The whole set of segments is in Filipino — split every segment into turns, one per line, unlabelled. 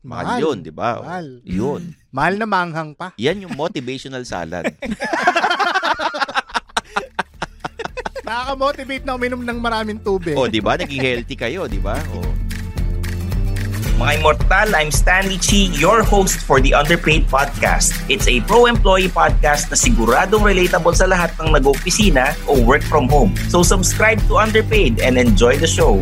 Mahal,
Mahal.
yun, di ba? O,
Mahal.
Yun.
Mahal na manghang pa.
Yan yung motivational salad.
Nakaka-motivate na uminom ng maraming tubig.
o, Oh, di ba? Naging healthy kayo, di ba? Oh. O.
Mga Immortal, I'm Stanley Chi, your host for the Underpaid Podcast. It's a pro-employee podcast na siguradong relatable sa lahat ng nag-opisina o work from home. So subscribe to Underpaid and enjoy the show.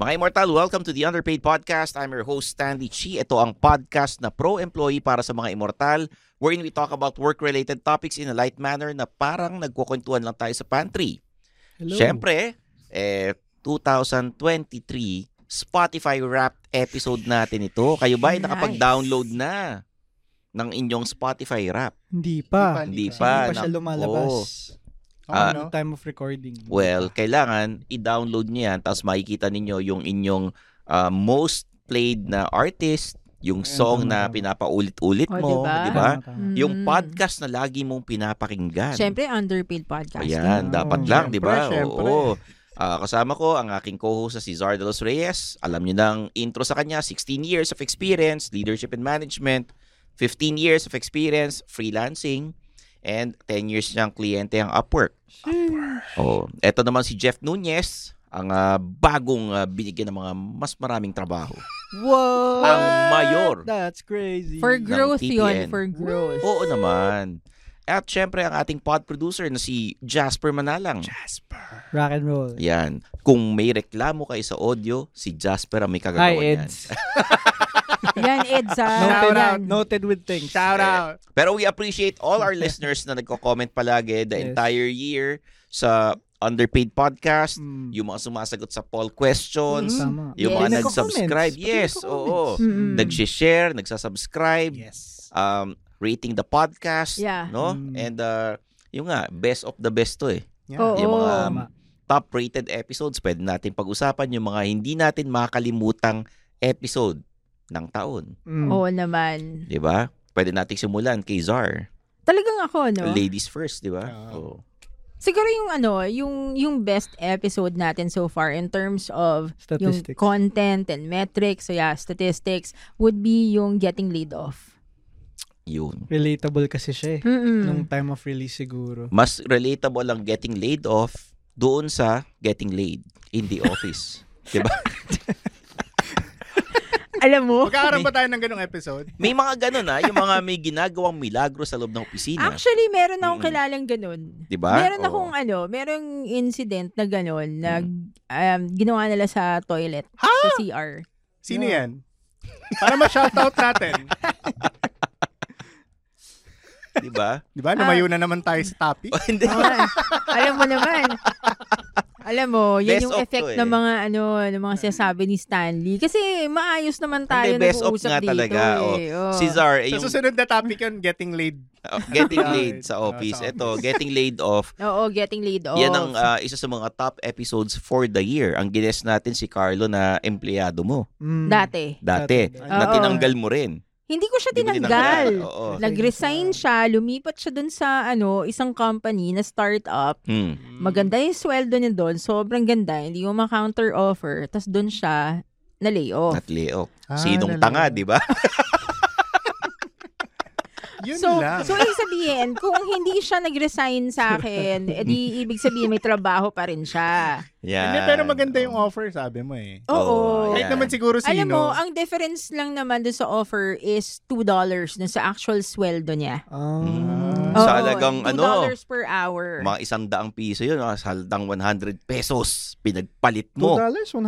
Mga Immortal, welcome to the Underpaid Podcast. I'm your host, Stanley Chi. Ito ang podcast na pro-employee para sa mga Immortal wherein we talk about work-related topics in a light manner na parang nagkukwentuhan lang tayo sa pantry. Siyempre, eh, 2023 Spotify Wrapped episode natin ito. Kayo ba ay
Nice.
nakapag-download na ng inyong Spotify Wrap?
Hindi pa.
Hindi
Hindi
pa.
pa siya
Nak-
lumalabas.
Oo.
Oo,
Ah,
no?
Yung time of recording.
Well, kailangan i-download niyo yan tapos makikita ninyo yung inyong ah, most played na artist, yung
Ayun,
song
tama,
na
tama.
pinapaulit-ulit
O,
mo,
diba?
di ba?
Tama, Hmm. tama.
Mm.
Yung podcast na lagi mong pinapakinggan.
Siyempre, underpaid podcast.
Ayan,
Ganun.
dapat
Oo,
lang, di
syempre,
ba?
syempre.
Oo. Ah, kasama ko ang aking co-host na si Zar de los Reyes. Alam niyo ng intro sa kanya, 16 years of experience, leadership and management, 15 years of experience, freelancing, and 10 years niyang kliyente ang Upwork. Oh, eto naman si Jeff Nunez, ang ah, bagong ah, binigyan ng mga mas maraming trabaho.
What?
Ang mayor.
That's crazy.
For growth
ng
yun.
TPN.
For growth.
Oo naman. At syempre ang ating pod producer na si Jasper Manalang.
Rock and roll.
Yan. Kung may reklamo kayo sa audio, si Jasper ang may
Hi,
kagagawa niyan.
Eds.
Yan, Ed, sa...
Noted,
yan.
noted with thanks.
Shout out.
Pero we appreciate all our listeners na nagko-comment palagi the
Yes.
entire year sa Underpaid Podcast,
Mm.
yung mga sumasagot sa poll questions,
Tama.
yung
Yes.
mga
Yung
nag-subscribe.
nagko-comments. Mm-hmm. Pati
Yes, oo.
Mm-mm.
Nag-share, nagsasubscribe,
Yes.
um, rating the podcast,
Yeah.
no?
Mm.
And uh, yung nga, best of the best to eh.
Yeah.
Oo.
Yung mga
Tama.
top rated episodes, pwede natin pag-usapan yung mga hindi natin makalimutang episode ng taon.
Mm.
Oo naman.
Di ba? Pwede nating simulan kay Czar.
Talagang ako, no?
Ladies first, di ba? Oh,
Ah.
Oo.
Siguro yung ano, yung yung best episode natin so far in terms of yung
Statistics.
content and metrics, so yeah, statistics would be yung getting laid off.
Yun.
Relatable kasi siya eh. Nung
Mm-mm.
time of release siguro.
Mas relatable ang getting laid off doon sa getting laid in the office. di ba?
Alam mo?
Magkakaroon ba tayo ng ganong episode?
May mga ganun ah, yung mga may ginagawang milagro sa loob ng opisina.
Actually, meron akong
Diba? Mm-mm.
kilalang ganun.
Di ba?
Meron
Oo. Mm.
akong ano, merong incident na ganun na um, ginawa nila sa toilet, sa CR.
Sino yan? Para ma-shoutout natin.
Di ba?
Di ba? Lumayo na naman tayo sa topic.
Hindi.
Alam mo naman. Alam mo, yun
Best
yung
of to, eh.
effect ng mga ano, ng mga sinasabi ni Stanley. Kasi maayos naman tayo
Hindi, best of nga
nag-uusap dito.
talaga. oh.
eh. Oh.
Si Czar, eh,
Sa
yung
susunod na topic yun, getting laid.
oh, getting
Ah,
laid
ah,
sa
Oh,
office.
sa
Ito, getting laid off.
Oo, getting laid off.
Yan ang ah, isa sa mga top episodes for the year. Ang gines natin si Carlo na empleyado mo
Mm.
Dati.
dati.
Dati.
Na
Oo.
tinanggal mo rin.
Hindi ko siya
Di mo
tinanggal.
Oo.
Nag-resign siya, lumipat siya dun sa ano, isang company na startup.
Hmm.
Maganda yung sweldo niya doon, sobrang ganda, hindi mo ma-counter offer. Tapos doon siya na layoff.
At layoff.
Ah,
Sinong
nalala.
tanga, di ba?
Yun
So,
lang.
so ibig sabihin, kung hindi siya nag-resign sa akin, edi ibig sabihin may trabaho pa rin siya.
Yan.
Hindi, pero maganda yung offer, sabi mo eh.
Oo.
Oo,
Kahit
yan.
naman siguro sino.
Alam mo, ang difference lang naman doon sa offer is $2 dun sa actual sweldo niya.
Ah.
Mm.
Oo,
Sa halagang
$2
ano,
per hour.
mga isang daang piso yun, mga saldang 100 pesos, pinagpalit
Two
mo.
dollars? 100?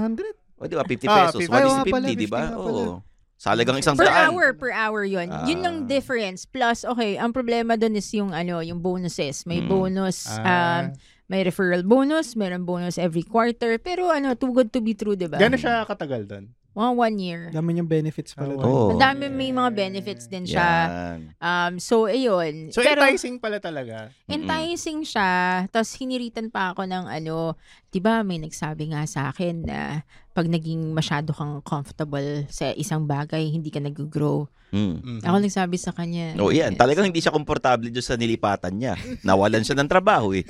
O, di ba? 50
Ah,
pesos.
50.
What
Ay,
is
oo nga pala,
50, di ba?
50 nga pala.
Oo. Sa halagang isang
per
daan.
hour, per hour yun. yun yung
Ah.
difference. Plus, okay, ang problema doon is yung ano, yung bonuses. May
Mm.
bonus, um,
Ah,
may referral bonus, meron bonus every quarter. Pero ano, too good to be true, di ba?
gano'n siya katagal doon?
Mga one year.
Dami niyang benefits pala.
Ah,
doon.
Oo.
Ang dami may mga benefits din siya.
Yan.
Um, so, ayun.
So,
Pero,
enticing pala talaga.
enticing siya. Tapos, hiniritan pa ako ng ano, di ba may nagsabi nga sa akin na pag naging masyado kang comfortable sa isang bagay, hindi ka nag-grow.
Mm.
Mhm.
Ako nagsabi sa kanya.
Oh, yan. Talagang hindi siya komportable doon sa nilipatan niya. Nawalan siya ng trabaho eh.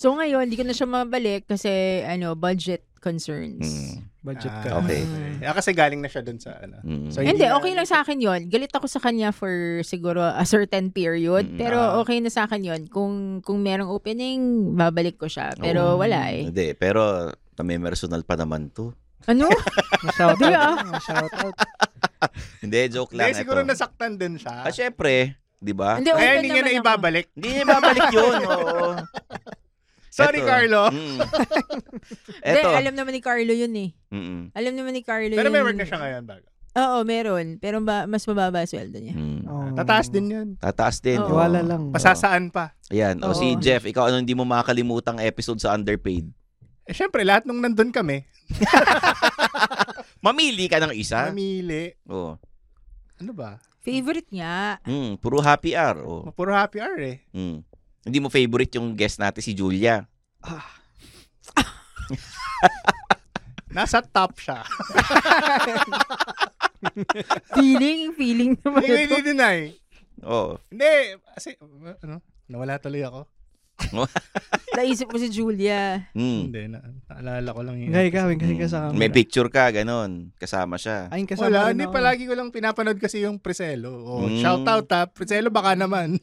So ngayon, hindi ko na siya mabalik kasi ano, budget concerns.
Mm.
Budget ka.
Ah,
Okay.
Ah, kasi galing na siya doon sa ano.
Mm.
So,
Hindi,
na-
okay lang sa akin yon. Galit ako sa kanya for siguro a certain period.
Mm,
Pero okay na sa akin yon. Kung, kung merong opening, babalik ko siya. Pero
Oo.
wala eh.
Hindi, pero may personal pa naman to.
Ano?
Shout
Di
out.
ah.
Shout out.
Hindi, joke lang.
Hindi, siguro
ito.
nasaktan din siya.
Ah, syempre, di ba?
Hindi,
Kaya
open
hindi niya
naman
na
ako.
ibabalik.
Hindi niya babalik yun. Oo.
Sorry,
Eto.
Carlo.
Mm.
Hindi,
Eto.
alam naman ni Carlo yun eh.
Mm-mm.
Alam naman ni Carlo
Pero
yun.
may work na siya
Mm.
ngayon bago.
Oo, meron. Pero ba, mas mababa sweldo niya.
Mm.
Oh.
Tataas din yun.
Tataas din.
Oo.
oo.
Wala lang.
Pasasaan pa.
Ayan. O,
Oo.
si Jeff, ikaw ano hindi mo makakalimutang episode sa Underpaid?
Eh, syempre, lahat nung nandun kami,
Mamili ka ng isa.
mamili.
Oo.
Ano ba?
Favorite niya.
Mm, puro happy hour. Oo.
Puro happy hour eh.
Mm. Hindi mo favorite yung guest natin si Julia.
Nasa top siya.
Feeling, feeling naman
Hindi
ito.
ko deny.
Oo.
Hindi. Kasi, ano? Nawala tuloy ako.
Naisip mo si Julia.
Mm.
Hindi. Na, naalala ko lang yun.
Ingay ka, ingay ka sa
Mm.
camera.
May picture ka, ganun. Kasama siya.
Ayun, kasama
Wala,
rin
hindi
ako.
palagi ko lang pinapanood kasi yung Priselo. Oh,
Mm.
Shout out ha, Priselo baka naman.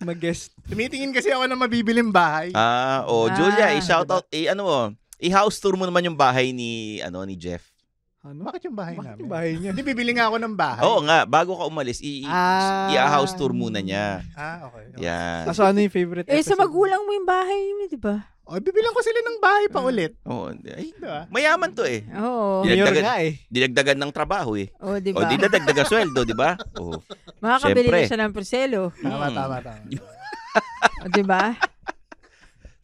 Mag-guest.
Tumitingin kasi ako ng mabibiling bahay.
Ah, oh, Julia,
Ah,
i-shout
diba?
out, i ano mo, i-house tour mo naman yung bahay ni ano ni Jeff.
Ano?
Bakit yung bahay
Bakit
namin?
yung bahay niya?
Hindi, bibili nga ako ng bahay.
Oo nga, bago ka umalis, i- i-
Ah.
i-house tour muna niya.
Ah, okay. okay.
Yan.
Ah, so ano yung favorite
Eh, sa
episode?
magulang mo yung bahay mo, di ba?
O, bibilang Oh, ko sila ng bahay pa ulit.
Oh, ay,
Diba?
mayaman to eh.
Oo.
Yeah.
Mayor
Dagdagan-
nga eh. Diba?
Dinagdagan ng trabaho eh.
Oo, di
O,
ba?
di dadagdagan sweldo, di ba? Oh.
Makakabili
Siyempre.
na siya ng Priselo.
Tama,
Hmm.
tama, tama.
O, di ba?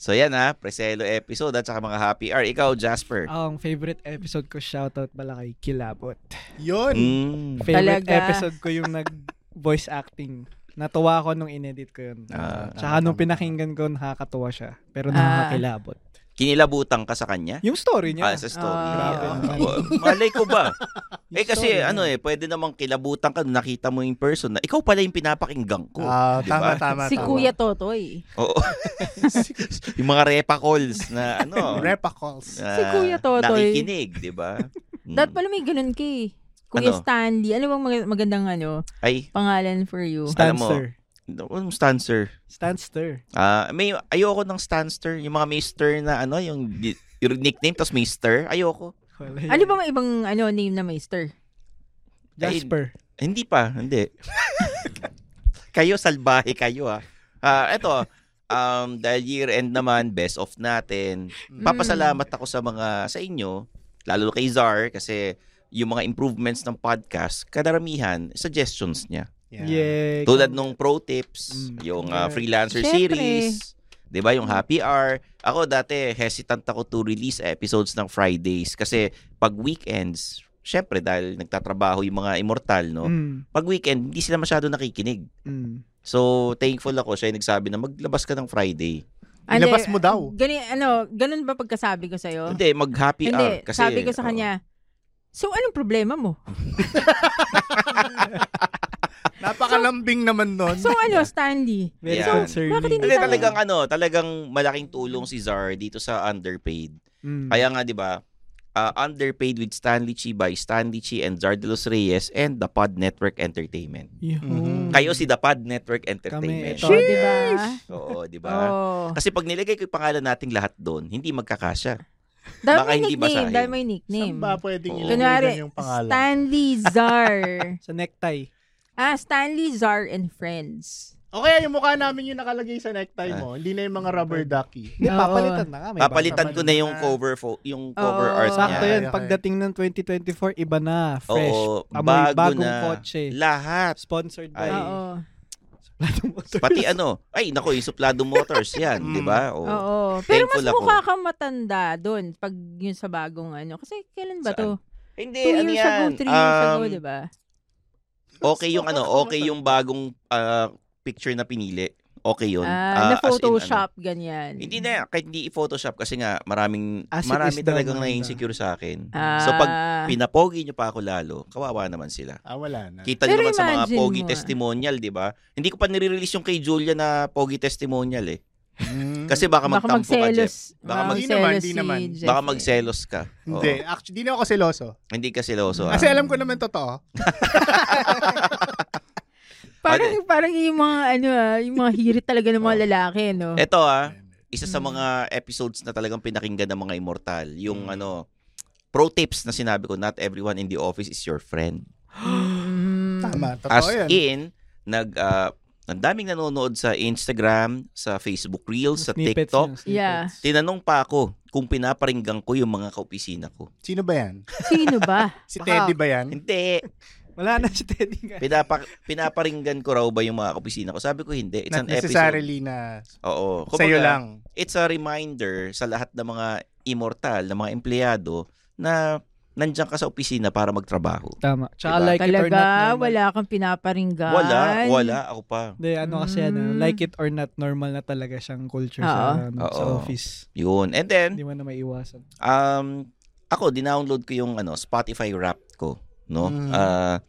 So yan ha, Preselo episode at saka mga happy hour. Ikaw, Jasper.
Ang favorite episode ko, shoutout pala kay Kilabot.
Yun.
Mm.
Favorite
Talaga.
episode ko yung nag-voice acting. Natuwa ako nung inedit ko yun.
Ah,
Tsaka nung pinakinggan ko, nakakatuwa siya. Pero
Ah.
nakakilabot.
Kinilabutan ka sa kanya?
Yung story niya.
Ah, sa story.
Grabe
Ah,
naman.
oh, malay ko ba?
Yung
eh
story
kasi
niya.
ano eh, pwede namang kilabutan ka nung nakita mo in person na ikaw pala yung pinapakinggan ko.
Ah,
Mm. Di
tama,
ba?
tama,
si
tama.
Kuya Totoy.
Oo. yung mga repa calls na ano.
Repa calls.
na
Si Kuya Totoy.
Nakikinig, di ba? Mm.
Dapat pala may ganun ka eh. Kuya
Ano?
Stanley. Ano bang mag- magandang ano,
Ay,
pangalan for you?
Alam mo.
Stanster.
anong stancer?
Stanster.
Ah, may ayoko ng stanster, yung mga mister na ano, yung, gi- yung nickname tapos mister, ayoko.
Wala yun.
Ano ba mga ibang ano, name na Meister?
Jasper.
Hindi pa, hindi. kayo salbahe kayo ah. Ah, eto, um dahil year end naman, best of natin. Papasalamat ako sa mga sa inyo, lalo kay Zar kasi yung mga improvements ng podcast, kadaramihan suggestions niya.
Yay.
Tulad nung pro tips,
Mm.
yung ah,
Yeah.
freelancer
Siyempre.
series, 'di 'Di ba? Yung happy hour. Ako dati hesitant ako to release episodes ng Fridays kasi pag weekends, syempre dahil nagtatrabaho yung mga immortal, no.
Mm,
Pag weekend, hindi sila masyado nakikinig.
mm.
So, thankful ako siya yung nagsabi na maglabas ka ng Friday.
Ilabas mo daw.
Gani, ano, ganun ba pagkasabi ko sa'yo?
Hindi, mag-happy
Oh. Hindi,
hour. Kasi,
sabi ko sa
oo.
kanya, so anong problema mo?
Napakalambing naman nun.
So ano, Stanley?
Very
Yeah.
concerning.
Bakit hindi
Hindi,
tayo-
talagang ano, talagang malaking tulong si Zar dito sa underpaid.
Mm.
Hmm.
Kaya nga, di ba, uh, underpaid with Stanley Chi by Stanley Chi and Zar de los Reyes and The Pod Network Entertainment.
Yun.
Hmm.
Kayo si The Pod Network Entertainment.
ito.
Oh, di ba?
Oo, di ba?
Oh.
Kasi pag nilagay ko yung pangalan nating lahat doon, hindi magkakasya.
Dahil
Baka
may
hindi
nickname.
basahin.
Dahil may nickname.
Saan ba pwedeng
Oo.
ilagay
Kunwari,
dyan yung pangalan?
Stanley Czar.
Sa necktie.
ah, Stanley Czar and Friends.
O kaya yung mukha namin yung nakalagay sa necktie
Ah.
mo. Hindi na yung mga rubber ducky.
Hindi,
Oo.
papalitan na nga. May
Papalitan
bago.
ko na yung cover fo- yung cover
Oo.
art niya.
Sakto yun.
Okay, okay.
Pagdating ng 2024, iba na. Fresh.
Oo,
Amoy
bago
bagong
na.
kotse.
Lahat.
Sponsored by
Ay.
Oo.
Platinum Motors.
Pati ano, ay nako, yung Suplado Motors yan,
Mm.
di ba? Oo.
Oo. Pero mas
Thankful ako.
mukha kang matanda doon pag yun sa bagong ano. Kasi kailan ba
Saan?
to?
Hindi,
Two
ano
years
yan?
ago, three years ago,
um,
di ba?
Okay yung ano, okay yung bagong ah, picture na pinili. Okay yun.
Ah,
Ah, as in,
na
ano,
Photoshop, ganyan.
Hindi na, kahit hindi i-photoshop kasi nga maraming
As it is
marami
daw,
talagang
maganda.
na-insecure sa akin.
Ah,
So pag pinapogi nyo pa ako lalo, kawawa naman sila.
Ah, wala na.
Kita nyo
Pero
naman sa mga
imagine
pogi
mo, ah.
testimonial, di ba? Hindi ko pa nire-release yung kay Julia na pogi testimonial eh.
Mm.
Kasi baka
Hmm. baka
magtampo ka, Jeff.
magselos.
Baka mag-
Hindi naman,
magselos
hindi
si
naman.
Jeff
Baka
eh.
magselos ka. Oo.
Hindi. Actually, di na ako seloso.
Hindi ka seloso.
Kasi
ah.
alam ko naman totoo.
Parang, parang yung mga, ano ah, yung mga hirit talaga ng
Oh.
mga lalaki, no?
Ito ah, isa sa mga episodes na talagang pinakinggan ng mga immortal, yung ano, pro tips na sinabi ko, not everyone in the office is your friend.
Mm.
Tama, totoo
As
yun.
in, nag, ah, ang daming nanonood sa Instagram, sa Facebook Reels, sa
Snippets
TikTok.
yun, snippets.
Yeah.
Tinanong pa ako kung pinaparinggan ko yung mga kaopisina ko.
Sino ba yan?
Sino ba?
Si
Baka-
Teddy ba yan?
Hindi.
Wala na si Teddy nga.
Pinapa, pinaparinggan ko raw ba yung mga kaopisina ko? Sabi ko hindi. It's
Not
an episode.
necessarily na
Oo.
sa'yo
Kumbaga,
lang.
it's a reminder sa lahat ng mga immortal, ng mga empleyado na nandiyan ka sa opisina para magtrabaho.
Tama. Tsaka
Diba?
like it or not.
Talaga,
normal.
wala kang pinaparinggan.
Wala, wala. Ako pa.
Hindi, ano kasi ano,
Mm.
like it or not, normal na talaga siyang culture
Oo.
sa, ano, sa
Oo.
office.
Yun. And then,
Hindi mo na maiwasan.
um, ako, dinownload ko yung ano, Spotify Wrapped ko. No?
Mm.
Hmm.
Ah,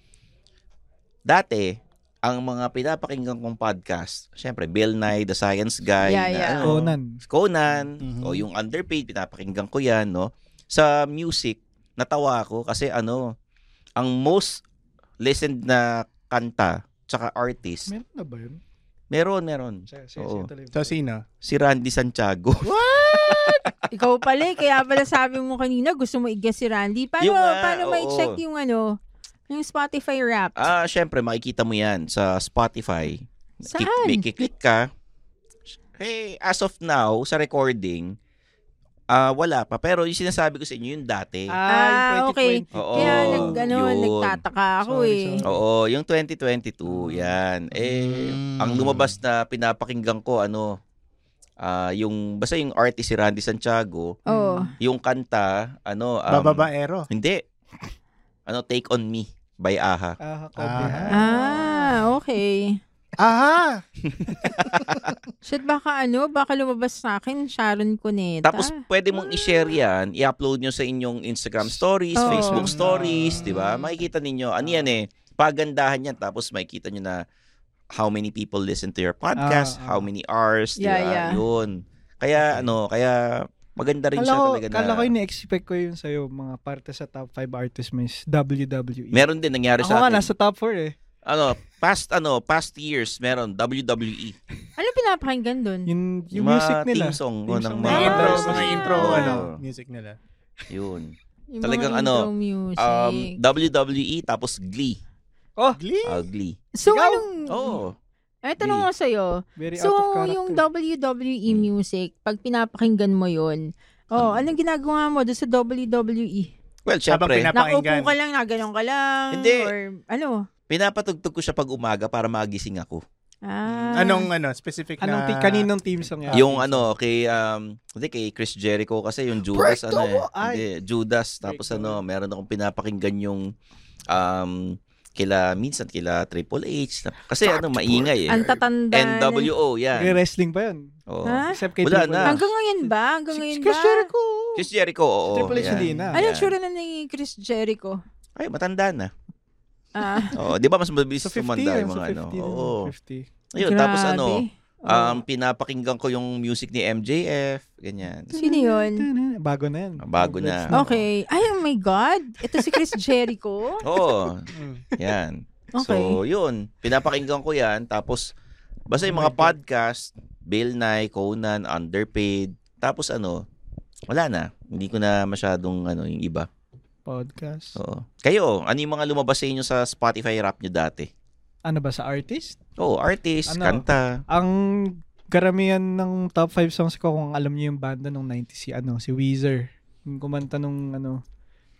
dati, ang mga pinapakinggan kong podcast, syempre, Bill Nye, The Science Guy, na
Yeah, yeah.
ano,
Conan.
Conan,
Mhm.
Mm-hmm.
o yung Underpaid, pinapakinggan ko yan, no? Sa music, natawa ako kasi ano, ang most listened na kanta tsaka artist,
Meron na ba yun?
meron, meron.
Sige, sige,
Oo.
sige, tuloy.
So, sino?
Si Randy Santiago.
Ikaw pala, eh, kaya pala sabi mo kanina, gusto mo i-guess si Randy. Paano,
Yung nga,
paano
oo.
may check yung ano, yung Spotify rap?
Ah, syempre, makikita mo yan sa Spotify.
Saan?
Kik- may kiklik ka. Eh, as of now, sa recording, ah wala pa. Pero yung sinasabi ko sa inyo, yung dati.
Ah,
yung
okay.
2020.
Oo.
kaya nag, ano,
yun.
nagtataka ako
Sorry,
eh.
sorry.
Oo, yung 2022, yan. Eh,
Mm.
ang lumabas na pinapakinggan ko, ano, ah yung, basta yung artist si Randy Santiago,
Oo.
yung kanta, ano, um,
Bababaero.
hindi. Ano, Take On Me by Aha.
Ah, copy.
Hmm.
Ah.
Ah, okay.
Aha!
Shit, baka ano, baka lumabas sa akin, Sharon Cuneta.
Tapos pwede mong i-share yan, i-upload nyo sa inyong Instagram stories,
Ah. Oo.
Facebook stories, di ba? Makikita ninyo, ano yan eh, pagandahan yan. Tapos makikita nyo na how many people listen to your podcast,
Ah, ah.
how many hours, di ba?
Yeah, yeah.
Yun. Kaya ano, kaya maganda rin
Kala
siya
ko,
talaga na.
kala ko yung expect ko yun sa'yo, mga parte sa top 5 artists mo is WWE.
Meron din nangyari
Ako
sa
nga,
akin.
nasa top 4 eh.
Ano, past ano, past years meron WWE.
Ano pinapakinggan doon?
Yung, yung
Mga
music nila.
theme song,
Theme
oh, ng
song nila.
Mga
mga
intro,
Ah.
mga intro,
Oo.
ano, music nila.
Yun.
Yung
Talagang
mga
ano,
intro music.
Um, WWE tapos Glee.
Oh,
Glee?
Ah, Glee.
so,
Ikaw?
anong,
Oh.
eh, tanong
Glee.
ko sa'yo,
Very out of
so,
character.
yung WWE
Hmm.
music, pag pinapakinggan mo yun, oh, anong ginagawa mo doon sa WWE?
Habang
Well, syempre,
pinap-
Nakaupo
Napakinggan.
ka lang, na ganun ka lang,
Hindi.
or ano?
pinapatugtog ko siya pag umaga para magising ako.
Ah.
Anong ano, specific
Anong
na...
ti- kaninong team song yan?
Yung ano, kay, um, hindi, kay Chris Jericho kasi yung
Break
Judas,
the
ano eh.
wall! Ay.
Hindi, Judas, tapos
the
ano, meron akong pinapakinggan yung, um, kila, minsan kila Triple H. na- Kasi ano, maingay eh.
Ang tatanda. na-
NWO, yan.
Wrestling ba yun? Oh,
Oo.
Ha?
Except kay
Wala
Triple
na.
H.
Hanggang ngayon ba? Hanggang
Si
ngayon ba?
Chris Jericho.
Chris Jericho, oo.
Triple H
yan.
hindi na.
Ano
Yan.
tsura na ni Chris Jericho?
Ay, matanda na.
Ah,
Oo, di ba mas mabilis
Sa 50
tumanda
yun.
yung
Sa
mga
50
ano.
din.
Oo.
50.
Ayun, tapos
grabe.
ano,
Oo.
um, pinapakinggan ko yung music ni MJF, ganyan.
Sino yun?
Bago na yan.
Ah, Bago na.
Okay. Ay, oh my God. Ito si Chris Jericho?
Oo,
Mm.
yan.
Okay.
So, yun. Pinapakinggan ko yan. Tapos, basta yung mga podcast, Bill Nye, Conan, Underpaid. Tapos ano, wala na. Hindi ko na masyadong ano yung iba.
Podcast.
Oo. Kayo, ano yung mga lumabas sa inyo sa Spotify rap nyo dati?
Ano ba sa artist?
Oo, artist,
Ano?
kanta.
Ang karamihan ng top 5 songs ko kung alam niyo yung banda nung 90s si ano, si Weezer. Yung kumanta nung ano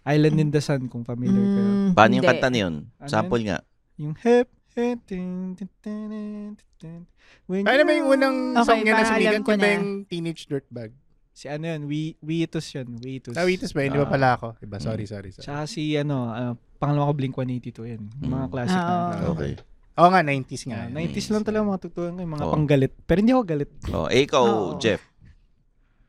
Island in the Sun kung familiar kayo.
Mm,
Paano yung
hindi.
kanta na yun?
Ano
Sample nga.
Yung hep hep, tin, tin, tin, tin, tin, when
Ano ba
you-
yung unang
Okay,
song niya na
parang
sinigan?
alam ko
Yun ba
na.
yung Teenage Dirtbag?
si ano yun, we Weitos yun, Weitos.
Nawitis ba? Hindi ba
Ah.
pala ako? Iba,
Hmm.
sorry, sorry. sorry.
Tsaka si ano, ah, pangalawa ko Blink-182 yun. Yung Mga
Mm.
classic na.
Oo.
Okay.
Oo nga, 90s nga.
Ah,
yun.
90s lang talaga mga tutuan ko, yung mga
Oo.
panggalit. Pero hindi ako galit.
Oh, eh, ikaw,
Oo.
Jeff,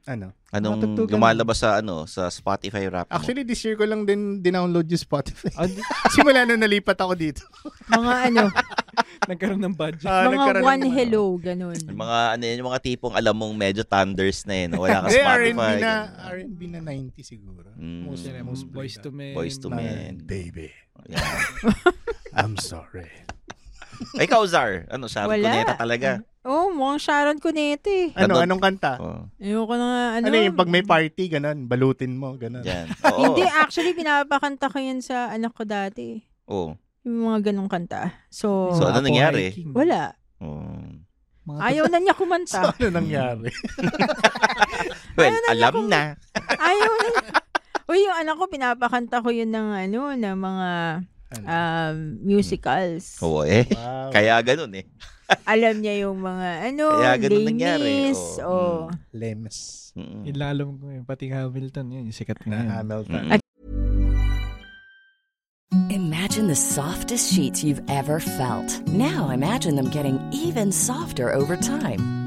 Ano?
anong
Matugtugan.
lumalabas sa ano sa Spotify rap mo?
Actually, this year ko lang din dinownload yung Spotify.
Ah, di-
Simula nung nalipat ako dito.
Mga ano,
nagkaroon ng budget.
Ah,
mga
nagkaroon ng
one
ano.
hello, ganun.
yung mga ano yun, yung mga tipong alam mong medyo thunders na yun. Wala ka
Hindi, R&B na,
Spotify. ganun.
R&B na 90 siguro.
Mm.
Most,
Sila,
most
Boys to Men.
Boys to Men.
Baby,
Yan.
I'm sorry.
Ikaw, Zar. Ano, Sharon
Wala.
Cuneta talaga.
Oh, mukhang Sharon Cunete.
Ano,
Ano-
anong
Ah.
kanta?
Oh,
Ayoko na nga, ano.
Ano, yung pag may party, ganun, balutin mo, ganun.
yan. Oo.
Hindi, actually, pinapakanta ko yun sa anak ko dati.
Oo.
Yung mga ganong kanta. So,
So, ano nangyari?
wala.
Oo.
Ano
Mga
Ayaw na niya kumanta.
Ano nangyari?
Well,
Ano na
alam
kung-
na.
Ayaw na niya. Uy, yung anak ko, pinapakanta ko yun ng ano, ng mga
Ano?
Ah.
um, musicals.
Oo eh.
Wow.
Kaya ganun eh.
Alam niya yung mga ano, oh.
Kaya ganun
Lainis,
nangyari. Oo.
oo.
Mm.
Lemes.
Mm.
Ilalam ko yun. Pati Hamilton yun. yung Sikat na yun.
Na Hamilton.
Mm.
Imagine the softest sheets you've ever felt. Now imagine them getting even softer over time.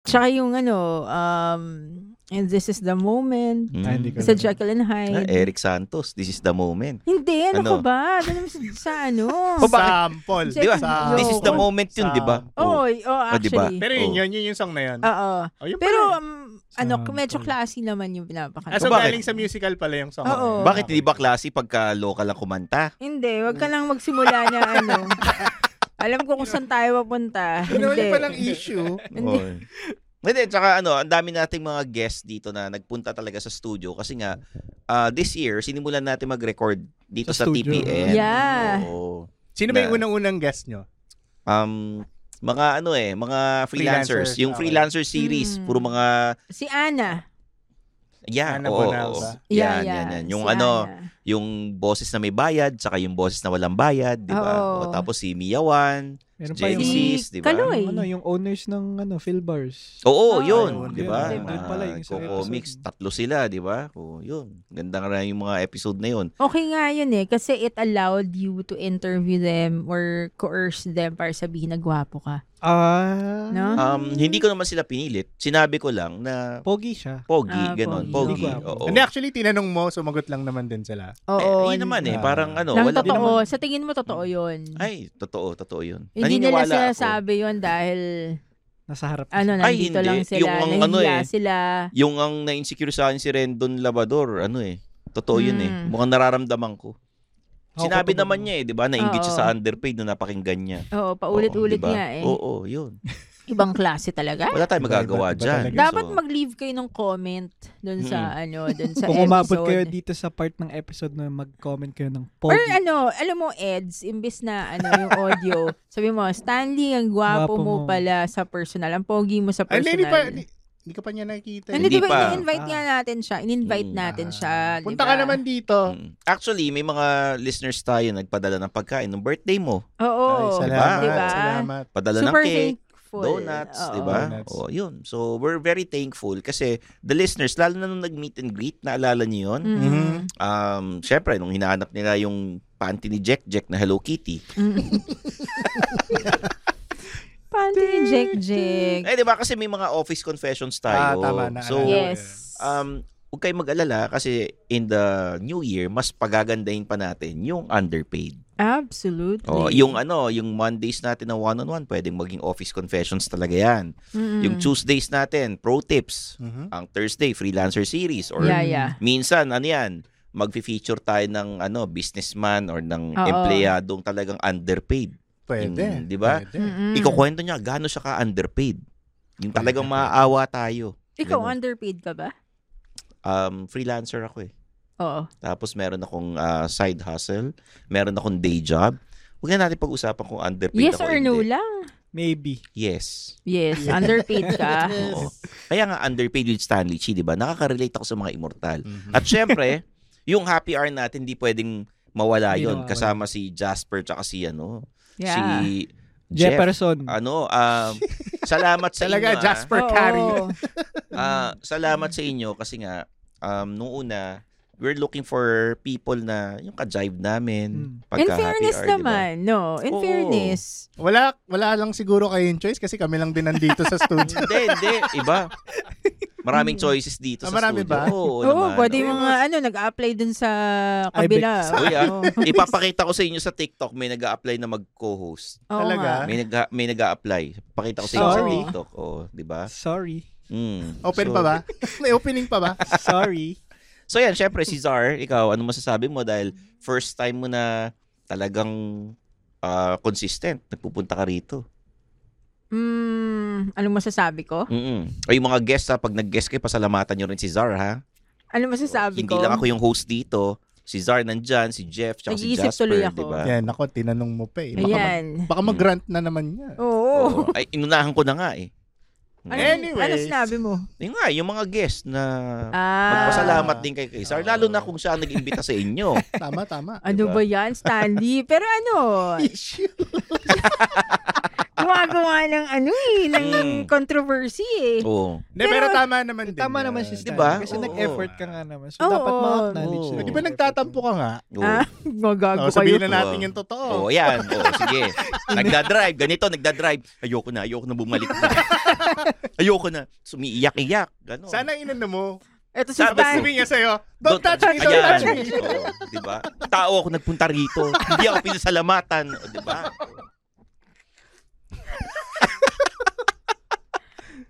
Tsaka yung ano, um, and this is the moment.
Mm.
Ah, hindi ko
Sa
alam.
Jekyll and
Ah,
Hyde.
Eric Santos, this is the moment.
Hindi, ano,
Ano?
ko ba? Ganun sa, sa ano?
O bakit?
Sample.
Check
Di ba?
Sa-
This is the
Oo.
moment yun, di ba?
Oo, oh,
Ah, di ba?
actually.
Pero yun,
Oh.
yun, yun yung song na yun.
Oo.
Oh, yun
Pero,
pala yun.
um, ano,
Sample.
medyo classy naman yung
Ah,
pinapakanta.
so
bakit?
galing sa musical pala yung song.
Oo.
Bakit hindi ba klase pagka local ang kumanta?
Hindi, wag ka lang magsimula na ano. Alam ko kung saan tayo papunta.
Yun naman yung palang
Hindi.
issue.
Oo. Hindi, tsaka ano, ang dami nating mga guests dito na nagpunta talaga sa studio kasi nga ah, this year sinimulan natin mag-record dito sa,
Sa studio.
TPN.
Yeah.
Oo.
Sino ba yung
Na-
unang-unang guest nyo?
Um Mga ano eh, mga freelancers.
Freelancers,
Yung
okay.
freelancer series,
Mm.
puro mga
Si Ana.
Yeah,
Ana
oo,
Bonalza.
oo. Yan,
Yeah, yeah,
yan, yan. Yung
si
ano,
Ana.
yung boses na may bayad, saka yung boses na walang bayad, di ba? O,
Oo.
tapos si Miawan,
Meron
si Genesis, di ba?
Yung, ano, yung owners ng ano, Philbars.
Oo, yun,
Ayun,
di ba?
yun, Doon pala yung
Mga
isang
Coco
episode.
Mix, tatlo sila, di ba? O, yun. Ganda nga yung mga episode na yun.
Okay nga yun eh. Kasi it allowed you to interview them or coerce them para sabihin na gwapo ka.
Ah.
No?
Um, hindi ko naman sila pinilit. Sinabi ko lang na...
Pogi siya.
Pogi,
Ah,
ganon.
pogi.
Pogi, oo.
Hindi, ah, actually, tinanong mo, sumagot lang naman din sila.
Oo.
Eh, yun naman eh.
Ah.
Parang ano,
Nang
wala Mm.
totoo. Sa tingin mo totoo yun.
Ay, totoo, totoo yun.
Hindi nila
Naniniwala
sila
ako.
sabi yun dahil
Nasa harap.
ano,
Ay,
nandito
hindi.
lang sila.
Yung ang ano
nahiya
eh.
sila.
Yung ang na-insecure sa akin si Rendon Labador, ano eh. Totoo yun eh.
Mm.
Mukhang nararamdaman ko.
Ako
Sinabi
totoo.
naman niya eh, di ba? Nainggit siya
Oo.
sa underpaid na napakinggan niya.
Oo, paulit-ulit
Oo, di ba?
nga eh.
Oo, yun.
Ibang klase talaga.
Wala tayong
Iba, iba,
magagawa
iba
dyan.
talaga.
Dapat
So,
mag-leave kayo ng comment dun sa
Mm-mm.
ano, dun sa
Kung umabot
episode.
kayo dito sa part ng episode na mag-comment kayo ng
Or
pogi.
ano, alam mo, Eds, imbis na ano yung audio, sabi mo, Stanley, ang
Gwapo
gwapo mo
mo."
pala sa personal. Ang pogi mo sa
Ay, hindi pa,
personal.
hindi, hindi ka pa niya nakikita.
Ano,
Hindi
di ba,
pa.
in-invite nga natin siya. In-invite natin siya. di
Punta
ba?
ka naman dito.
Actually, may mga listeners tayo nagpadala ng pagkain ng birthday mo.
Oo.
Ay,
Diba?
salamat,
Diba?
salamat.
Padala
Super
ng cake,
thankful.
donuts,
Oo.
di ba?
Donuts.
Oh, yun. So, we're very thankful kasi the listeners, lalo na nung nag-meet and greet, naalala niyo yun?
Mm.
Mhm.
Um, syempre, nung hinahanap nila yung panty ni Jack Jack na Hello Kitty.
Panty ni Jack Jack.
Eh, di ba? Kasi may mga office confessions
Ah,
tayo.
tama na.
So,
Yes.
um, huwag kayong mag-alala kasi in the new year, mas pagagandahin pa natin yung underpaid.
Absolutely.
Oh, yung ano, yung Mondays natin na one-on-one, pwedeng maging office confessions talaga yan.
Mm-mm.
Yung Tuesdays natin, pro tips.
Mhm.
Ang Thursday, freelancer series. Or
Yeah, yeah.
minsan, ano yan, magfi-feature tayo ng ano businessman or ng
Oo.
empleyadong talagang underpaid.
Pwede.
Yung- di ba?
Diba? Pwede.
Mm-mm.
Ikukwento niya gaano siya ka-underpaid. Yung talagang maaawa tayo.
Ikaw,
Ganun.
underpaid ka ba?
Um, freelancer ako eh.
Oo.
Tapos meron akong ah, side hustle. Meron akong day job. Huwag na natin pag-usapan kung underpaid
Yes
ako
or
hindi.
no lang?
Maybe.
Yes.
Yes, underpaid ka.
Oo. Kaya nga underpaid with Stanley Chi, di ba? Nakaka-relate ako sa mga immortal.
Mm-hmm.
At syempre, yung happy hour natin, di pwedeng mawala
Hindi
yon
mawawala.
Kasama si Jasper tsaka si ano,
Yeah.
si Jeff.
Jefferson.
Ano, um, salamat sa
Talaga,
inyo. ah.
Jasper
Oo.
Carey. Mm.
Ah, salamat sa inyo kasi nga, um, nung una, we're looking for people na yung ka-jive
Mm.
namin.
In
Pagka happy
fairness
hour, di ba?
naman, no. In
Oo.
fairness.
Wala, wala lang siguro kayong choice kasi kami lang din nandito sa studio.
Hindi, hindi. Iba. Maraming choices dito
Ah,
sa
marami
studio.
ba?
Oo,
Oo,
naman.
pwede
Oo.
mga ano, nag-apply dun sa kabila.
Ibex.
Uy, ah,
Oo.
ipapakita ko sa inyo sa TikTok, may nag apply na mag-co-host.
Oo
Talaga?
nga.
May nag may nag-a-apply. Pakita ko sa inyo
Sorry.
sa TikTok, oh, 'di ba?
Sorry.
Mm.
Open
so,
pa ba? May opening pa ba?
Sorry.
So yan, syempre si Zar, ikaw ano masasabi mo dahil first time mo na talagang ah, consistent nagpupunta ka rito.
Mm, anong masasabi ko?
Mm. O yung mga guests ha, pag nag-guest kayo, pasalamatan nyo rin si Zar ha.
Anong masasabi
Hindi
ko?
lang ako yung host dito. Si Zar nandyan, si Jeff, tsaka si
Nag-iisip
Jasper,
tuloy ako.
'di ba?
Yan, ako, tinanong mo pa eh. Baka, mag-
Ayan.
baka mag-grant na naman niya.
Oo.
Oo. Ay inunahan ko na nga eh.
Oh. Ano,
Anyways.
ano sinabi mo?
Yung nga, yung mga guests na
Ah.
magpasalamat din kay Kay Sar, lalo na kung siya ang nag-imbita sa inyo.
Tama, tama.
Ano
Diba?
ba yan, Stanley? Pero ano,
Issue.
gumagawa ng ano eh, ng
Mm.
controversy eh.
Oo.
Hindi, pero tama naman din.
Tama naman si
yan.
Stan.
Diba?
Kasi
Oo.
nag-effort ka nga naman. So,
Oo.
dapat ma-acknowledge.
Oo.
na.
Di ba nagtatampo ka nga?
Oo.
Ah,
Oh,
magago kayo.
sabihin na natin yung
Oo,
totoo.
Oh, yan. Oo, sige. Nagda-drive. Ganito, nagda-drive. Ayoko na, ayoko na bumalik. na. ayoko na. Sumiiyak-iyak. Ganon.
Sana inano mo.
Ito si
Sabi-
Tapos
Stanley.
sabihin niya sa'yo, don't touch me, don't
Ayan.
touch me.
Oo, diba? Tao ako nagpunta rito. Hindi ako pinasalamatan. O, diba?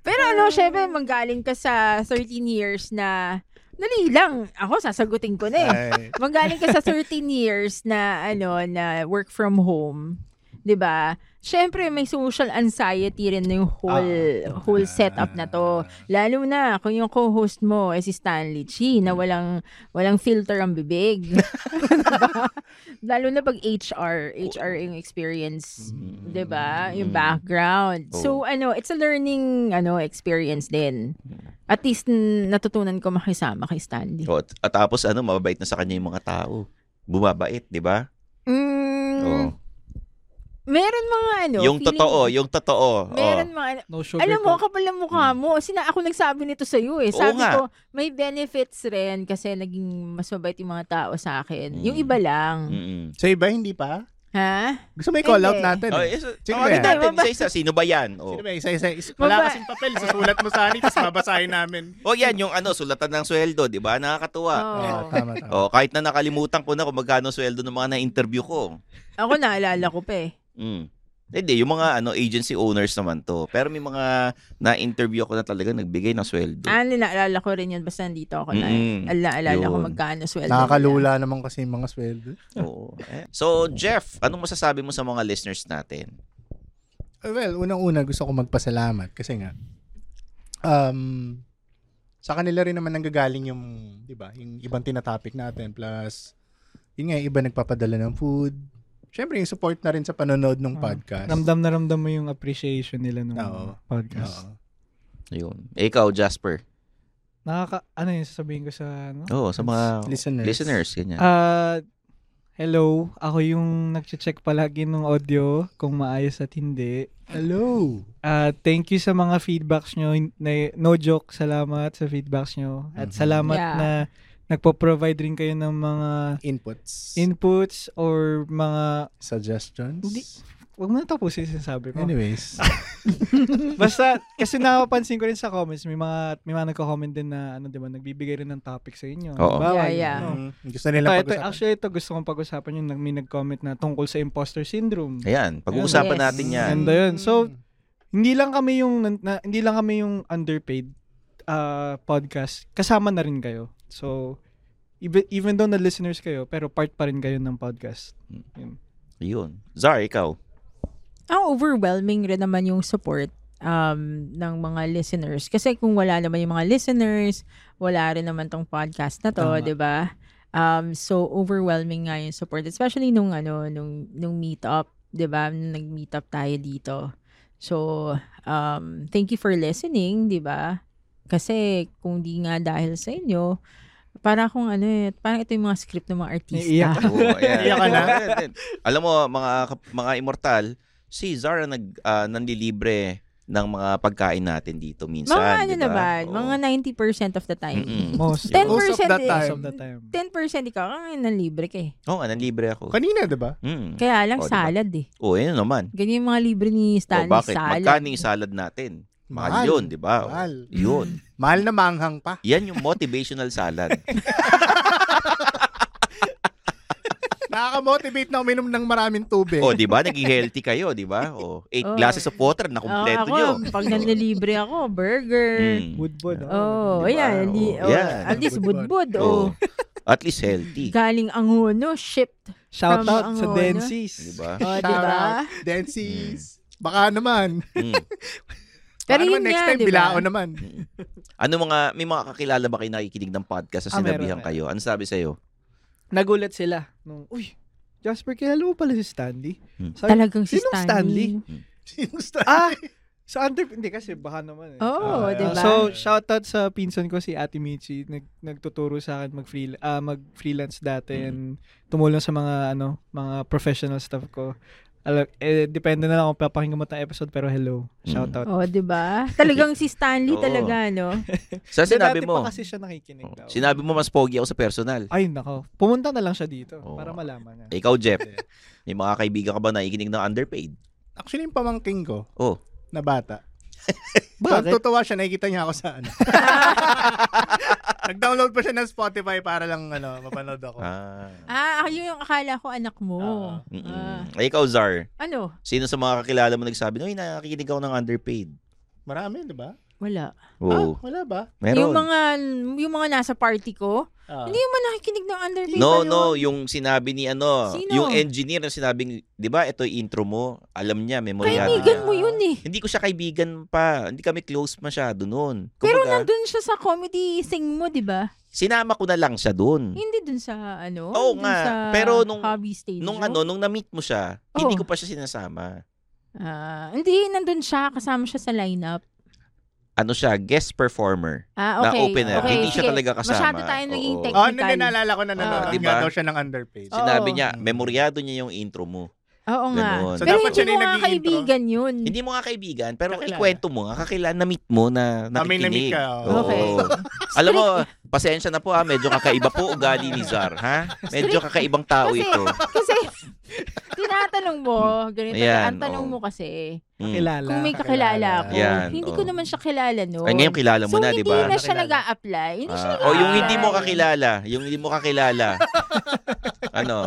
Pero ano, syempre, manggaling ka sa 13 years na, dali lang, ako sasagutin ko na eh.
Ay,
Manggaling ka sa 13 years na, ano, na work from home. 'di ba? Syempre may social anxiety rin na yung whole whole setup na to. Lalo na kung yung co-host mo eh si Stanley Chi na walang walang filter ang bibig. Diba? Lalo na pag HR, HR yung experience, 'di ba? Yung background. So ano, it's a learning ano experience din. At least mm, natutunan ko makisama kay Stanley.
O, at, at tapos ano, mababait na sa kanya yung mga tao. Bumabait, diba? di ba?
Mm,
Oo.
Meron mga ano,
yung
feeling-
totoo, yung totoo. Oo. Hmm.
Meron mga ano, Alam mo, kapal ang mukha mo. Sina ako nagsabi nito sa iyo eh.
Oo
Sabi
nga.
ko, may benefits rin kasi naging mas mabait yung mga tao sa akin. Yung
Hmm.
iba lang.
Sa iba, hindi pa?
Ha?
Gusto mo i-call out natin.
Oh,
eh.
yes,
Sino ba
tawagin
yan?
natin isa-isa. Sino ba yan? Oh.
Sino ba? Isa-isa. Is- Wala
Maba-
kasing papel. Susulat mo sa akin, tapos babasahin namin.
O yan, yung ano, sulatan ng sweldo, di ba? Nakakatuwa.
Oo.
tama,
Oh, kahit na nakalimutan ko na kung magkano sweldo ng mga na-interview ko.
Ako naalala ko pa eh.
Mm. Hindi, yung mga ano agency owners naman to. Pero may mga na-interview ko na talaga nagbigay ng sweldo. Mm.
Ano, naalala ko rin yun. Basta nandito ako na. eh.
Mm-mm.
Alala
Hmm.
ko
Yun.
magkano sweldo.
Nakakalula naman kasi yung mga sweldo.
Oo. Eh, So, Jeff, anong masasabi mo sa mga listeners natin?
Uh, Well, unang-una gusto ko magpasalamat kasi nga um sa kanila rin naman nanggagaling yung, 'di ba, yung ibang tinatopic natin plus yun nga yung iba nagpapadala ng food. Siyempre, yung support na rin sa
Ah,
panonood ng podcast.
Ramdam na ramdam mo yung appreciation nila nung podcast.
Ayun. Eh, Ikaw, Jasper.
Nakaka ano yung sasabihin ko sa ano?
Oo, sa mga
listeners.
listeners, ganyan.
Ah, hello, ako yung nagche-check palagi ng audio kung maayos at hindi.
Hello.
Ah, thank you sa mga feedbacks nyo. Hin- na- No joke, salamat sa feedbacks nyo. At
Mhm.
salamat
Yeah.
na nagpo-provide rin kayo ng mga
inputs.
Inputs or mga
suggestions.
Hindi, Ah. wag mo na tapusin yung sinasabi ko.
Anyways.
Basta, kasi napapansin ko rin sa comments, may mga, may mga nagko-comment din na, ano, di ba, nagbibigay rin ng topic sa inyo.
Oo.
Halimbawa,
Yeah, yeah.
yun, Ah,
Mm, gusto nila
Ito, ito,
pag-usapan.
actually, ito gusto kong pag-usapan yung nag- may nag-comment na tungkol sa imposter syndrome.
Ayan, pag-uusapan
Ayan.
natin yan.
Ganda yun.
Hmm.
So, hindi lang kami yung, nan- na, hindi lang kami yung underpaid ah, podcast. Kasama na rin kayo. So, even, even though na listeners kayo, pero part pa rin kayo ng podcast. Yun.
Ayun. Zar, ikaw.
ang Ah, overwhelming rin naman yung support um, ng mga listeners. Kasi kung wala naman yung mga listeners, wala rin naman tong podcast na to,
Tama.
di ba? Um, so, overwhelming nga yung support. Especially nung, ano, nung, nung meet-up, di ba? Nung nag-meet up tayo dito. So, um, thank you for listening, di ba? Kasi kung di nga dahil sa inyo, para akong ano eh, parang ito yung mga script ng mga artista.
Iiyak. Oo, ayan. Ayan, ayan. Alam mo, mga kap- mga immortal, si Zara nag, ah, nanlilibre ng mga pagkain natin dito minsan.
mga ano
di ba?
naman, mga 90% of the time.
Mm-mm.
Most.
10%
Most of the time.
eh.
Most of the time.
10% ikaw, ang nanlibre ka eh.
Oo nga, nanlibre ako.
Kanina, di ba?
Mm.
Kaya lang
O, di ba?
salad eh.
Oo, yun naman.
Ganyan yung mga libre ni
O,
Stanley,
bakit?
salad.
Magkano yung salad natin? Mahal,
Mahal.
yun, di ba? O,
Mahal.
Yun.
Mahal na manghang pa.
Yan yung motivational salad.
Nakaka-motivate na uminom ng maraming tubig.
o, di ba? Naging healthy kayo, di ba? O, eight
Oo.
glasses of water na kumpleto
Oh. Oo,
nyo.
ako, pag nanlilibre ako, burger.
Mm.
Woodbod.
Oh, ayan. Di,
Oo,
oh,
yan.
At
Diba?
least budbud. Oh.
At least healthy.
Galing Angono, shipped.
Shout
from
out sa
Angono.
Densis.
Diba?
Oh,
Shout
diba?
out, Densis. Baka naman.
Mm.
Pero
Baka
yun
naman next
nga,
time,
diba?
bilaon naman.
Ano mga, may mga kakilala ba kayo nakikinig ng podcast sa
Ah, meron,
sinabihan kayo? Ano sabi sa'yo?
Nagulat sila. Nung, Uy, Jasper, kilala mo pala si Stanley?
Hmm.
Sabi,
Talagang si
"Sinong
Stanley?"
Sinong Stanley?
Ah, sa under... Hindi kasi baka naman eh. Ah,
Oo, diba?
So, shout out sa pinsan ko si Ate Michi. Nag, nagtuturo sa akin mag-freel, ah, mag-freelance dati and tumulong sa mga ano mga professional stuff ko. Alam, eh, depende na lang kung papakinggan mo tayong episode pero hello. Shout out.
Oh, di ba? Talagang si Stanley
Oo.
talaga, no?
Sa
Hindi,
sinabi
dati
mo? oh,
pa kasi siya nakikinig daw.
Sinabi mo mas pogi ako sa personal.
Ay, nako. Pumunta na lang siya dito para malaman niya.
Ikaw, Jeff. May mga kaibigan ka ba nakikinig ng underpaid?
Actually, yung pamangking ko
Oh.
na bata. Bakit? Tutuwa siya, nakikita niya ako sa ano. Nag-download pa siya ng Spotify para lang ano, mapanood ako.
Ah.
Ah, ako yung akala ko anak mo.
Mm-mm.
Ah.
Ay, ikaw, Zar.
Ano?
Sino sa mga kakilala mo nagsabi, Uy, nakikinig ako ng underpaid?
Marami, di ba?
Wala.
Oh.
Ah, wala ba?
Meron.
Yung mga yung mga nasa party ko,
Ah.
hindi naman nakikinig ng Underpaid.
No,
ano?
no, yung sinabi ni ano,
Sino?
yung engineer na sinabing, 'di ba, ito yung intro mo. Alam niya, memoryado niya.
Kaibigan mo yun eh.
Hindi ko siya kaibigan pa. Hindi kami close masyado noon.
Pero
Kumbaga,
nandun siya sa comedy sing mo, di ba?
sinama ko na lang siya doon.
Hindi dun sa ano?
Hmm. Oo
dun
nga.
Sa
Pero nung-
hobby stage.
Nung
no?
ano,
Oh.
nung na-meet mo siya,
Oo.
hindi ko pa siya sinasama.
Ah, hindi, nandun siya. Kasama siya sa lineup.
Ano siya, guest performer.
Ah, okay.
Na opener.
Okay,
eh. hindi siya
sige.
talaga kasama.
Masyado tayo naging
Oo.
technical.
Oh, hindi, naalala ko na nanonood
Oo.
nga
Diba?
daw siya ng Mm. underpaid.
Sinabi
Oo.
niya, memoryado niya yung intro mo.
Oo nga.
Ganun. So,
Pero
dapat
hindi
siya na
mo
yung
nga
nag-i-intro.
kaibigan yun.
Hindi mo nga kaibigan, pero
Kakilala.
ikwento mo nga, kakilala, na-meet mo na
Ah, may
nakikinig.
na-meet ka, oo.
Oo.
Okay.
Alam mo, pasensya na po ha, medyo kakaiba po ugali ni Zar, ha? Medyo kakaibang tao
Kasi-
ito.
Kasi, tinatanong mo, ganito.
Ayan,
ang tanong
oo.
mo kasi,
Mm.
Kilala.
kung
Ah,
may kakilala ako,
Yan,
hindi
oo.
ko naman siya kilala noon.
Ay, ngayon kilala mo
so,
na, di ba?
hindi na siya
Nakilala.
nag-a-apply. Hindi siya
Ah,
nag-a-apply.
o yung hindi mo kakilala, yung hindi mo kakilala. ano?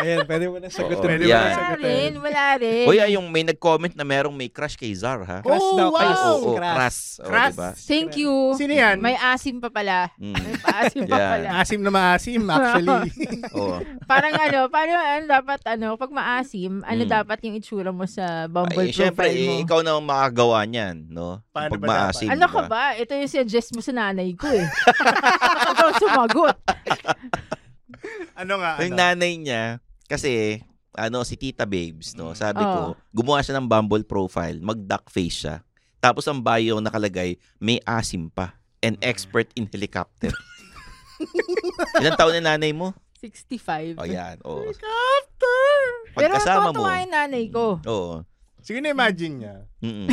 Ayan, pwede mo na sagutin.
Oo,
Pwede mo
yan.
na
Wala
sagutin.
rin, wala rin.
Hoy, ay, yung may nag-comment na merong may crush kay Zar, ha?
Crush
Oh,
daw.
wow!
Ay,
Crush.
oo, oo,
Crush.
crush. Oo,
Crush.
diba?
Thank you.
Sino yan?
May asim pa pala.
Mm.
May paasim pa
Yeah.
pala.
Asim na maasim, actually.
Oo.
Parang ano, parang ano, dapat ano, pag maasim, ano
Mm.
dapat yung itsura mo sa Bumble
Ay, syempre,
profile mo?
eh, ikaw na ang makagawa niyan, no?
Paano
Pag
ba
maasim,
ano
diba?
ka ba? Ito yung suggest mo sa nanay ko eh. Ikaw sumagot.
ano nga,
Yung
ano?
nanay niya, kasi, ano, si Tita Babes, no? Sabi ko,
Oo.
gumawa siya ng Bumble profile, mag-duck face siya. Tapos ang bio nakalagay, may asim pa. An
Ah.
expert in helicopter. Ilang taon na nanay mo?
65.
O yan, o.
Helicopter! Pero
Pagkasama mo.
natutuwa yung nanay ko.
Oo.
Sige na imagine niya.
Mm-mm.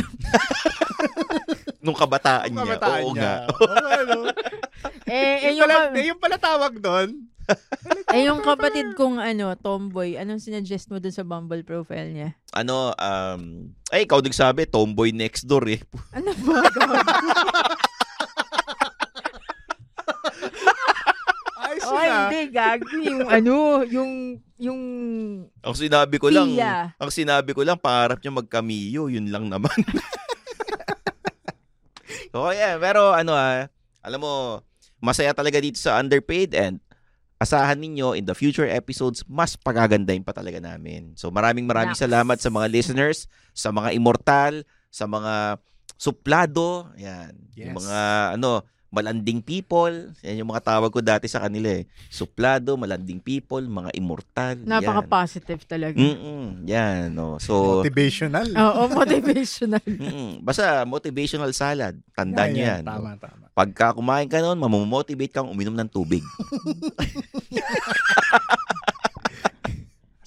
Nung kabataan,
Ang
niya.
kabataan
Oo
niya.
nga.
Oo, ano?
Eh, eh,
Yung
yung,
pala,
ka-
eh, yung pala tawag doon.
eh, yung kapatid kong ano, tomboy, anong sinuggest mo dun sa Bumble profile niya?
Ano, um, ay, ikaw nagsabi, tomboy next door eh.
Ano ba? God?
Ay,
Ay,
siya.
Oh, hindi, gago. Yung ano, yung, yung,
Ang sinabi ko lang,
Pia.
ang sinabi ko lang, pangarap niya magkamiyo, yun lang naman. so, yeah, pero ano ah, alam mo, masaya talaga dito sa underpaid and asahan ninyo in the future episodes, mas pagagandahin pa talaga namin. So maraming maraming
Naks.
salamat sa mga listeners, sa mga immortal, sa mga suplado, yan,
Yes.
yung mga ano, malanding people, yan yung mga tawag ko dati sa kanila eh. Suplado, malanding people, mga immortal. yan.
napaka-positive talaga.
Mm-mm, yan, no. So,
Motivational.
Oo, motivational.
mm-mm, basta motivational salad. Tandaan niyo yan. no?
Tama, tama.
Pagka kumain ka noon, mamomotivate kang uminom ng tubig.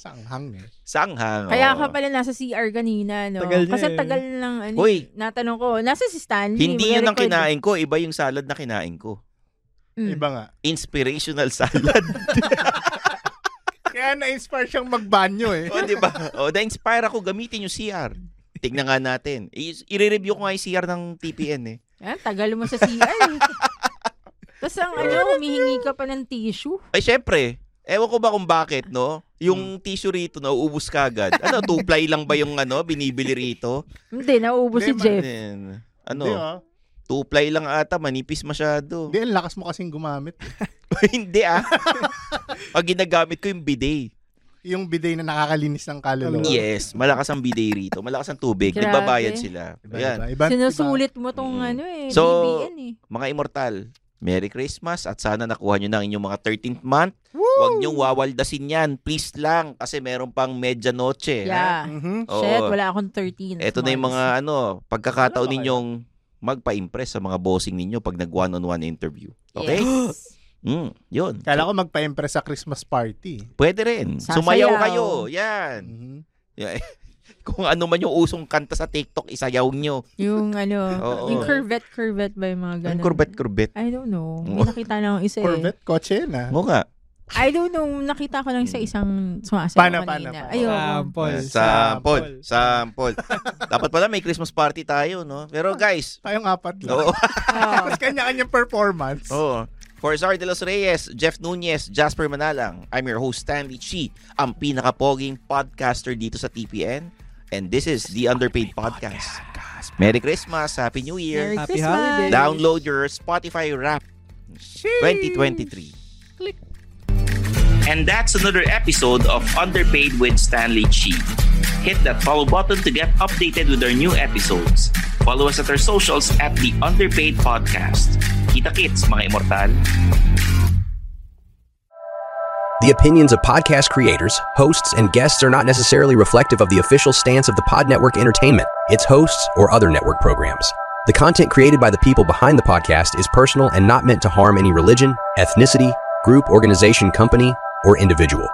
Sanghang eh.
Sanghang. oh. oo.
Kaya ka pala nasa CR kanina, no?
Tagal niya
Kasi
eh.
tagal lang, ano,
Uy.
natanong ko, nasa si Stanley.
Hindi yun ang
magre-record.
kinain ko. Iba yung salad na kinain ko.
Mm.
Iba nga.
Inspirational salad.
Kaya na-inspire siyang magbanyo eh.
o, Oh, di ba? O, na-inspire ako gamitin yung CR. Tignan nga natin. I- I-review ko nga yung CR ng TPN eh.
Ah, tagal mo sa CR. Tapos ang ano, humihingi ka pa ng tissue.
Ay, syempre. Ewan ko ba kung bakit, no? Yung
Hmm.
tissue rito, nauubos ka agad. Ano, two-ply lang ba yung ano, binibili rito?
Hindi, nauubos si
Hindi,
Jeff.
Then,
Di,
ano,
oh.
two-ply lang ata, manipis masyado.
Di, ang lakas mo kasing gumamit.
Hindi ah. Pag ginagamit ko yung bidet.
Yung bidet na nakakalinis ng kaluluwa.
Yes, malakas ang bidet rito. Malakas ang tubig.
Grabe.
Nagbabayad sila.
Iba,
Ayan.
iba, iba,
Sinusulit mo tong
Mm.
ano eh,
So,
BBN eh.
Mga immortal, Merry Christmas at sana nakuha nyo ng inyong mga 13th month. Huwag nyong wawaldasin yan. Please lang kasi meron pang medianoche. ha?
Yeah.
Iba. Mhm.
Oo.
Shit, wala akong 13.
Ito na yung mga ano, pagkakataon ninyong magpa-impress sa mga bossing ninyo pag nag one-on-one interview. Okay?
Yes.
Mm, yun.
Kala ko magpa-impress sa Christmas party.
Eh.
Pwede rin.
Sasayaw.
Sumayaw kayo. Yan.
Mhm.
Yeah. Kung ano man yung usong kanta sa TikTok, isayaw nyo.
Yung ano,
Oo.
yung curvette, curvette ba yung mga ganun?
Ang kurbet-kurbet.
I don't know. May nakita na akong isa eh.
Corvette, kotse na.
Oo nga.
I don't know. Nakita ko lang sa isang sumasayaw
Paano, paano,
kanina.
paano?
Ayoko.
Sample.
Sample. Sample. Dapat pala may Christmas party tayo, no?
Oh.
Pero guys,
Tayong apat lang.
oo.
Oo.
Tapos kanya-kanyang performance.
Oo. For Zar de los Reyes, Jeff Nunez, Jasper Manalang, I'm your host Stanley Chi, ang pinakapoging podcaster dito sa TPN. And this is The Underpaid Podcast. Merry Christmas, Happy New Year.
Merry Happy Christmas. holidays.
Download your Spotify rap 2023.
And that's another episode of Underpaid with Stanley Chi. Hit that follow button to get updated with our new episodes. Follow us at our socials at the Underpaid Podcast. Kita kits, mga immortal.
The opinions of podcast creators, hosts, and guests are not necessarily reflective of the official stance of the Pod Network Entertainment, its hosts, or other network programs. The content created by the people behind the podcast is personal and not meant to harm any religion, ethnicity, group, organization, company, or individual.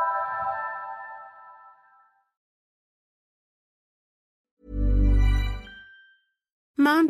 Mom